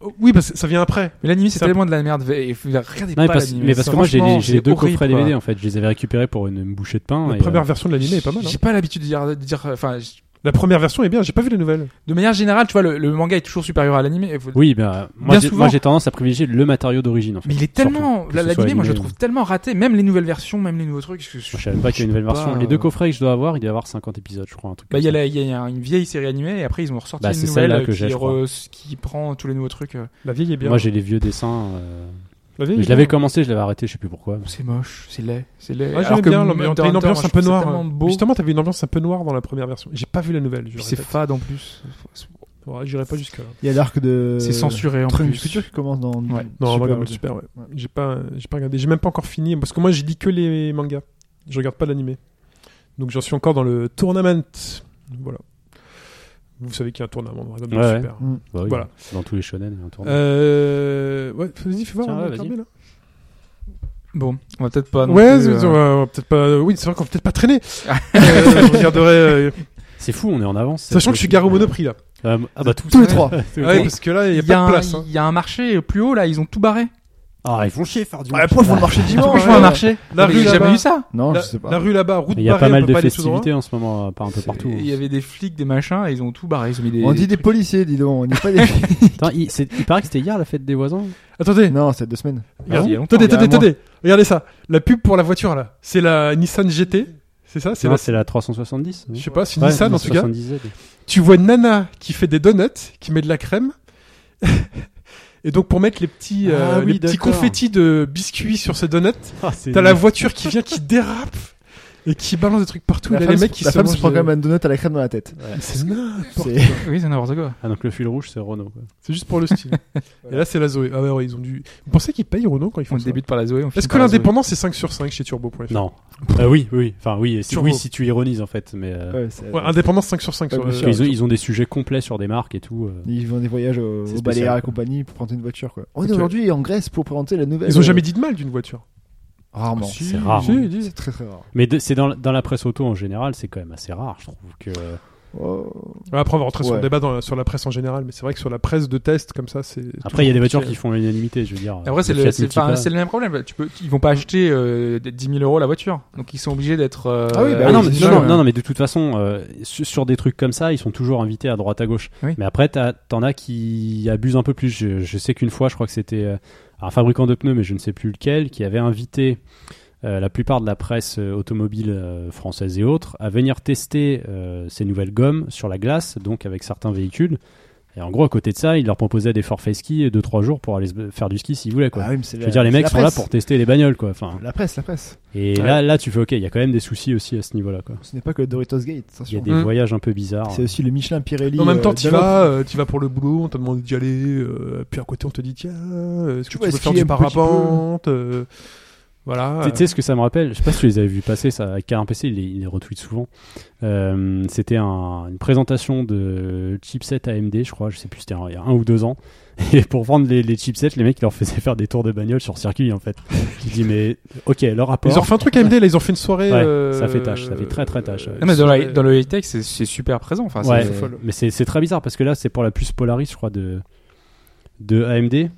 [SPEAKER 1] Oh, Oui, parce que ça vient après.
[SPEAKER 2] Mais l'anime, c'est
[SPEAKER 1] Ça-
[SPEAKER 2] tellement de la merde. et- et Regardez
[SPEAKER 3] Non, mais
[SPEAKER 2] pas
[SPEAKER 3] parce,
[SPEAKER 2] l'anime,
[SPEAKER 3] mais parce
[SPEAKER 2] c'est-
[SPEAKER 3] que moi j'ai les-
[SPEAKER 2] franchement,
[SPEAKER 3] j'ai les deux
[SPEAKER 2] c'est horrible,
[SPEAKER 3] coffrets
[SPEAKER 2] quoi.
[SPEAKER 3] DVD en fait, je les avais récupérés pour une, une bouchée de pain.
[SPEAKER 1] La
[SPEAKER 3] et,
[SPEAKER 1] première
[SPEAKER 3] euh,
[SPEAKER 1] version de l'animé est pas mal. hein.
[SPEAKER 2] J'ai pas l'habitude de dire, de dire, enfin, j-
[SPEAKER 1] La première version est bien. J'ai pas vu la nouvelle.
[SPEAKER 2] de manière générale, tu vois, le, le manga est toujours supérieur à l'anime. et faut-
[SPEAKER 3] Oui, bah, moi
[SPEAKER 2] Bien
[SPEAKER 3] j'ai-
[SPEAKER 2] souvent.
[SPEAKER 3] moi, j'ai tendance à privilégier le matériau d'origine en fait.
[SPEAKER 2] Mais il est
[SPEAKER 3] Surtout,
[SPEAKER 2] tellement,
[SPEAKER 3] que
[SPEAKER 2] la-
[SPEAKER 3] ce soit
[SPEAKER 2] l'anime, moi, je le
[SPEAKER 3] animé ou-
[SPEAKER 2] trouve tellement raté. Même les nouvelles versions, même les nouveaux trucs. je-
[SPEAKER 3] Moi, je savais pas qu'il y a une nouvelle
[SPEAKER 2] peux
[SPEAKER 3] version.
[SPEAKER 2] pas,
[SPEAKER 3] Les
[SPEAKER 2] euh,
[SPEAKER 3] deux coffrets que je dois avoir, il doit y avoir 50 épisodes, je crois. Un truc
[SPEAKER 2] Bah, il
[SPEAKER 3] comme
[SPEAKER 2] y, a
[SPEAKER 3] ça.
[SPEAKER 2] la- il y a une vieille série animée et après ils ont ressorti
[SPEAKER 3] Bah,
[SPEAKER 2] une
[SPEAKER 3] c'est
[SPEAKER 2] nouvelle
[SPEAKER 3] celle-là
[SPEAKER 2] euh,
[SPEAKER 3] que
[SPEAKER 2] qui,
[SPEAKER 3] j'ai, je crois.
[SPEAKER 2] re- qui prend tous les nouveaux trucs. euh.
[SPEAKER 1] La vieille est bien.
[SPEAKER 3] Moi j'ai les vieux dessins. euh,
[SPEAKER 1] La vieille
[SPEAKER 3] mais
[SPEAKER 1] est
[SPEAKER 3] Je l'avais
[SPEAKER 1] bien. Ah,
[SPEAKER 3] commencé, je l'avais arrêté, je sais plus pourquoi.
[SPEAKER 2] C'est moche, c'est laid, c'est laid.
[SPEAKER 1] Ouais,
[SPEAKER 2] Alors
[SPEAKER 1] j'aimais
[SPEAKER 2] que
[SPEAKER 1] bien
[SPEAKER 2] Hunter
[SPEAKER 1] l'ambiance.
[SPEAKER 2] x
[SPEAKER 1] T'as une
[SPEAKER 2] Hunter, moi,
[SPEAKER 1] ambiance
[SPEAKER 2] je
[SPEAKER 1] un peu
[SPEAKER 2] trouve ça
[SPEAKER 1] noire. euh,
[SPEAKER 2] tellement beau.
[SPEAKER 1] Justement, t'avais une ambiance un peu noire dans la première version. J'ai pas vu la nouvelle. je
[SPEAKER 2] Puis c'est
[SPEAKER 1] répète.
[SPEAKER 2] fade en plus.
[SPEAKER 1] Ouais, J'irai pas jusque là.
[SPEAKER 4] Il y a l'arc de.
[SPEAKER 2] C'est censuré en
[SPEAKER 4] Trône du
[SPEAKER 2] plus.
[SPEAKER 4] futur qui commence dans.
[SPEAKER 2] Ouais.
[SPEAKER 1] Non, on regarde le
[SPEAKER 4] Hot.
[SPEAKER 1] super, ouais.
[SPEAKER 4] Ouais.
[SPEAKER 1] J'ai pas, j'ai pas regardé. J'ai même pas encore fini parce que moi, je lis que les mangas. Je regarde pas l'animé. Donc, j'en suis encore dans le tournament. Voilà. Vous savez qu'il y a un tournament. on regarde le
[SPEAKER 3] Ouais, ouais.
[SPEAKER 1] super.
[SPEAKER 4] Mm.
[SPEAKER 3] Bah oui,
[SPEAKER 1] Voilà.
[SPEAKER 3] Dans tous les shonen, il y a un tournoi.
[SPEAKER 1] Euh, ouais, vas-y, fais voir.
[SPEAKER 3] Tiens,
[SPEAKER 1] on
[SPEAKER 3] ouais,
[SPEAKER 1] va
[SPEAKER 3] vas-y.
[SPEAKER 1] terminer, là.
[SPEAKER 2] Bon, on va peut-être pas. non
[SPEAKER 1] ouais,
[SPEAKER 2] plus,
[SPEAKER 1] c'est-
[SPEAKER 2] euh,
[SPEAKER 1] on va- on va peut-être pas. Oui, c'est vrai qu'on va peut-être pas
[SPEAKER 2] [laughs]
[SPEAKER 1] traîner. Euh, je regarderai. euh,
[SPEAKER 3] C'est fou, on est en avance.
[SPEAKER 1] sachant que je suis garé au Monoprix là.
[SPEAKER 3] Euh, ah bah tout.
[SPEAKER 4] Tous les trois.
[SPEAKER 1] Ouais, parce que là, il y a
[SPEAKER 2] Il y, a
[SPEAKER 1] pas de
[SPEAKER 2] un-
[SPEAKER 1] place. hein.
[SPEAKER 2] il y a un marché plus haut là, ils ont tout barré.
[SPEAKER 3] Ah ils font chier faire du.
[SPEAKER 4] Ah, pourquoi ils font le marché dimanche
[SPEAKER 2] Franchement, un
[SPEAKER 4] ouais.
[SPEAKER 2] marché.
[SPEAKER 1] La
[SPEAKER 2] Mais
[SPEAKER 1] rue
[SPEAKER 2] J'ai jamais
[SPEAKER 1] là-bas.
[SPEAKER 2] vu ça.
[SPEAKER 4] Non,
[SPEAKER 1] la,
[SPEAKER 4] je sais pas.
[SPEAKER 1] la rue là-bas, route
[SPEAKER 3] Il y a
[SPEAKER 1] barrée,
[SPEAKER 3] pas
[SPEAKER 1] on
[SPEAKER 3] mal
[SPEAKER 1] peut
[SPEAKER 3] de
[SPEAKER 1] pas aller tout droit.
[SPEAKER 3] festivités en ce moment, euh, par un peu partout.
[SPEAKER 2] Il y avait des flics, des machins, et ils ont tout barré. Ils ont mis des.
[SPEAKER 4] On dit des policiers, dis donc, on n'est
[SPEAKER 1] [laughs]
[SPEAKER 4] pas des.
[SPEAKER 3] Putain, il, c'est- il paraît que c'était hier la fête des voisins.
[SPEAKER 1] Attendez,
[SPEAKER 4] non, c'est deux semaines.
[SPEAKER 2] Ah, il y
[SPEAKER 1] Regardez,
[SPEAKER 2] a longtemps,
[SPEAKER 1] attendez,
[SPEAKER 4] il y a
[SPEAKER 1] attendez,
[SPEAKER 4] un mois.
[SPEAKER 1] attendez. Regardez ça. La pub pour la voiture là. C'est la Nissan GT. C'est ça C'est
[SPEAKER 3] Non,
[SPEAKER 1] la.
[SPEAKER 3] Ah, c'est la 370. oui.
[SPEAKER 1] Je sais pas, c'est
[SPEAKER 3] Ouais,
[SPEAKER 1] Nissan en tout cas.
[SPEAKER 3] 370Z.
[SPEAKER 1] Tu vois une Nana qui fait des donuts, qui met de la crème. [laughs] Et donc pour mettre les petits, euh,
[SPEAKER 3] Ah oui,
[SPEAKER 1] les petits
[SPEAKER 3] d'accord.
[SPEAKER 1] confettis de biscuits sur ces donuts,
[SPEAKER 3] Ah, [laughs] c'est-
[SPEAKER 1] t'as la voiture qui vient, qui dérape et qui balance des trucs partout.
[SPEAKER 4] la
[SPEAKER 1] Et là,
[SPEAKER 4] femme,
[SPEAKER 1] les mecs
[SPEAKER 4] se-
[SPEAKER 1] qui
[SPEAKER 4] la
[SPEAKER 1] se
[SPEAKER 4] femme se
[SPEAKER 1] mangent,
[SPEAKER 4] prend
[SPEAKER 1] euh,
[SPEAKER 4] quand même un donut à la crème dans
[SPEAKER 1] [laughs]
[SPEAKER 4] la tête.
[SPEAKER 1] mais C'est n'importe
[SPEAKER 4] C'est-
[SPEAKER 1] quoi.
[SPEAKER 2] Oui, c'est n'importe quoi.
[SPEAKER 3] Ah donc le fil rouge c'est Renault. quoi.
[SPEAKER 1] C'est juste pour le
[SPEAKER 4] [laughs]
[SPEAKER 1] style. Et là c'est la Zoé. Ah ouais, ouais, ils ont dû. Vous pensez qu'ils payent Renault quand ils font
[SPEAKER 2] On
[SPEAKER 1] ça
[SPEAKER 2] débute par la Zoé. on finit
[SPEAKER 1] Est-ce que
[SPEAKER 2] par la Zoé.
[SPEAKER 1] l'indépendance c'est 5 sur 5 chez Turbo.fr
[SPEAKER 3] Non. Euh, oui, oui. Enfin oui, si,
[SPEAKER 1] Turbo.
[SPEAKER 3] oui, si tu ironises en fait, mais. euh,
[SPEAKER 4] Ouais, c'est-
[SPEAKER 1] Ouais, indépendance 5 sur 5
[SPEAKER 4] Ouais,
[SPEAKER 1] sur, euh,
[SPEAKER 4] bien sûr.
[SPEAKER 3] Ils ont, ils ont des sujets complets sur des marques et tout. euh.
[SPEAKER 4] Ils vont des voyages au,
[SPEAKER 3] C'est
[SPEAKER 4] au
[SPEAKER 3] spécial,
[SPEAKER 4] Baléares et
[SPEAKER 3] quoi.
[SPEAKER 4] compagnie pour prendre une voiture. Quoi. On est
[SPEAKER 1] Ok.
[SPEAKER 4] aujourd'hui en Grèce pour présenter la nouvelle.
[SPEAKER 1] Ils ont
[SPEAKER 4] euh,
[SPEAKER 1] jamais dit Oh, de mal d'une voiture.
[SPEAKER 4] Rarement.
[SPEAKER 1] Si,
[SPEAKER 3] c'est rare. hein.
[SPEAKER 1] si, ils disent.
[SPEAKER 4] C'est très très rare.
[SPEAKER 3] Mais de- c'est dans, la- dans la presse auto en général, c'est quand même assez rare, je trouve que. euh,
[SPEAKER 4] Oh.
[SPEAKER 1] Ouais, Après, on va rentrer sur le
[SPEAKER 4] Ouais.
[SPEAKER 1] débat dans la- sur la presse en général, mais c'est vrai que sur la presse de test, comme ça, c'est.
[SPEAKER 3] Après, il y a des voitures qui font l'unanimité, je veux dire.
[SPEAKER 2] Après, c'est
[SPEAKER 3] Fiat
[SPEAKER 2] le, c'est-
[SPEAKER 3] Multipla.
[SPEAKER 2] enfin, c'est le même problème. Tu peux, ils vont pas acheter euh, des 10 000 euros la voiture. Donc ils sont obligés d'être. euh,
[SPEAKER 4] Ah oui, bah
[SPEAKER 3] Ah
[SPEAKER 4] oui,
[SPEAKER 3] non,
[SPEAKER 4] c'est
[SPEAKER 3] mais, non,
[SPEAKER 4] sûr,
[SPEAKER 3] non,
[SPEAKER 4] ouais.
[SPEAKER 3] non, non, mais de toute façon, euh, sur, sur des trucs comme ça, ils sont toujours invités à droite à gauche.
[SPEAKER 2] Oui.
[SPEAKER 3] Mais après, t'as- t'en as qui abusent un peu plus. Je, je sais qu'une fois, je crois que c'était euh, un fabricant de pneus, mais je ne sais plus lequel, qui avait invité euh, la plupart de la presse euh, automobile euh, française et autres à venir tester euh, ces nouvelles gommes sur la glace, donc avec certains véhicules. Et en gros, à côté de ça, il leur proposait des forfaits ski de 3 jours pour aller se- faire du ski s'ils voulaient. Quoi.
[SPEAKER 4] Ah oui, mais c'est
[SPEAKER 3] je
[SPEAKER 4] la-
[SPEAKER 3] veux dire, les
[SPEAKER 4] c'est
[SPEAKER 3] mecs
[SPEAKER 4] la
[SPEAKER 3] sont là
[SPEAKER 4] presse.
[SPEAKER 3] pour tester les bagnoles. Quoi. Enfin,
[SPEAKER 4] La presse, la presse.
[SPEAKER 3] et
[SPEAKER 1] Ouais.
[SPEAKER 3] là, là, tu fais OK, il y a quand même des soucis aussi à ce niveau-là. Quoi.
[SPEAKER 4] Ce n'est pas que le Doritos Gate.
[SPEAKER 3] Il y
[SPEAKER 4] attention.
[SPEAKER 3] a des
[SPEAKER 1] Mm.
[SPEAKER 3] voyages un peu bizarres.
[SPEAKER 4] C'est aussi le Michelin Pirelli.
[SPEAKER 1] En même temps,
[SPEAKER 4] euh,
[SPEAKER 1] tu
[SPEAKER 4] d'Europe.
[SPEAKER 1] vas, euh, tu vas pour le boulot, on t'a demandé d'y aller, euh, puis à côté, on te dit tiens, euh, est-ce que
[SPEAKER 4] Tu
[SPEAKER 1] tu
[SPEAKER 4] vois,
[SPEAKER 1] veux
[SPEAKER 4] est-ce
[SPEAKER 1] faire
[SPEAKER 4] qu'il
[SPEAKER 1] du
[SPEAKER 4] aime petit peu
[SPEAKER 1] parapente euh, Voilà.
[SPEAKER 3] Tu tu sais ce que ça me rappelle Je sais pas si tu les avais vus passer, ça, K1PC, il les, il les retweet souvent. Euh, c'était un- une présentation de chipset AMD, je crois, je sais plus, c'était un- il y a un ou deux ans. [laughs] Et pour vendre les, les chipsets, les mecs, ils leur faisaient faire des tours de bagnole sur circuit, en fait. Je dis, mais ok, leur rapport.
[SPEAKER 1] Ils ont refait un truc AMD, là, ils ont fait une soirée.
[SPEAKER 3] Ouais,
[SPEAKER 1] euh,
[SPEAKER 3] ça fait tâche, ça fait très, très tâche, ouais.
[SPEAKER 1] euh,
[SPEAKER 2] Non, Ah, mais dans, la-
[SPEAKER 1] soirée-
[SPEAKER 2] dans le high tech, c'est c'est super présent. Enfin,
[SPEAKER 3] Ouais,
[SPEAKER 2] c'est-
[SPEAKER 1] c'est folle.
[SPEAKER 3] mais c'est c'est très bizarre parce que là, c'est pour la puce Polaris, je crois, de, de AMD.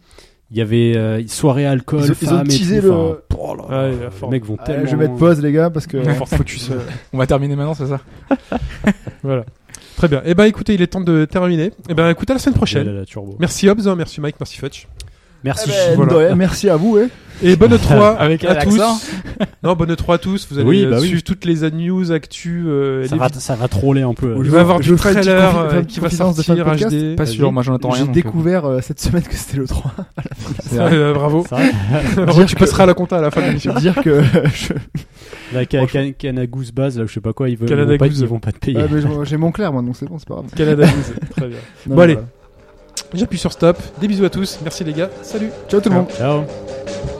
[SPEAKER 3] Il y avait euh, soirée alcool,
[SPEAKER 4] Ils ont- ils ont
[SPEAKER 3] femmes et
[SPEAKER 4] teasé
[SPEAKER 3] hein, tout,
[SPEAKER 4] le-
[SPEAKER 3] enfin, oh là là,
[SPEAKER 1] Ouais, il y a
[SPEAKER 3] les
[SPEAKER 1] fort.
[SPEAKER 3] mecs vont
[SPEAKER 4] Ah,
[SPEAKER 3] tellement.
[SPEAKER 4] Je vais mettre pause, les gars, parce que.
[SPEAKER 1] Fort focus. euh,
[SPEAKER 2] On va terminer maintenant, c'est ça.
[SPEAKER 1] voilà. Très bien. Eh ben, écoutez, il est temps de terminer. Eh ben, écoutez, à la semaine
[SPEAKER 3] Là,
[SPEAKER 1] prochaine.
[SPEAKER 3] là, là, turbo.
[SPEAKER 1] Merci Hobbs, hein, merci Mike, merci Futch.
[SPEAKER 3] Merci.
[SPEAKER 4] Eh ben,
[SPEAKER 1] voilà.
[SPEAKER 4] de rien, Merci à vous, eh.
[SPEAKER 1] Et
[SPEAKER 3] [laughs]
[SPEAKER 1] bonne 3
[SPEAKER 2] Avec hein.
[SPEAKER 1] à
[SPEAKER 2] un
[SPEAKER 1] tous.
[SPEAKER 2] accent.
[SPEAKER 1] Non, bonne 3 à tous. Vous allez
[SPEAKER 3] Oui,
[SPEAKER 1] euh,
[SPEAKER 3] bah oui.
[SPEAKER 1] suivre toutes les news, actus. euh,
[SPEAKER 3] ça,
[SPEAKER 1] les
[SPEAKER 3] va, ça va troller un peu.
[SPEAKER 1] Il
[SPEAKER 4] Je
[SPEAKER 1] va y
[SPEAKER 4] veux-
[SPEAKER 1] avoir
[SPEAKER 4] je
[SPEAKER 1] du
[SPEAKER 4] veux faire une petite
[SPEAKER 1] trailer
[SPEAKER 4] confi-
[SPEAKER 1] euh,
[SPEAKER 4] une
[SPEAKER 1] qui va
[SPEAKER 4] confidence de
[SPEAKER 1] sortir
[SPEAKER 4] fin de podcast.
[SPEAKER 1] HD.
[SPEAKER 2] Pas
[SPEAKER 1] Euh,
[SPEAKER 2] sûr, moi j'en attends rien.
[SPEAKER 4] J'ai
[SPEAKER 2] donc,
[SPEAKER 4] découvert euh, cette semaine que c'était le 3. [laughs]
[SPEAKER 2] c'est vrai.
[SPEAKER 1] euh, [laughs] bravo.
[SPEAKER 3] Ça va
[SPEAKER 1] Romain, tu passeras à la compta à la fin de
[SPEAKER 4] Je
[SPEAKER 1] l'émission.
[SPEAKER 4] veux dire que euh, je-
[SPEAKER 3] La ca- ca- Cana Goose Base, là, je sais pas quoi, ils veulent ils
[SPEAKER 1] Canada
[SPEAKER 3] vont pas,
[SPEAKER 1] Goose.
[SPEAKER 3] ils vont pas te payer.
[SPEAKER 4] Ouais, Ah, mais je- j'ai mon clair, moi, donc c'est bon, c'est pas grave.
[SPEAKER 1] Canada News. Très bien.
[SPEAKER 4] Non,
[SPEAKER 1] Bon,
[SPEAKER 4] mais
[SPEAKER 1] allez. J'appuie sur stop. Des bisous à tous. Merci les gars. Salut.
[SPEAKER 4] voilà. Ciao tout le monde.
[SPEAKER 3] Ciao.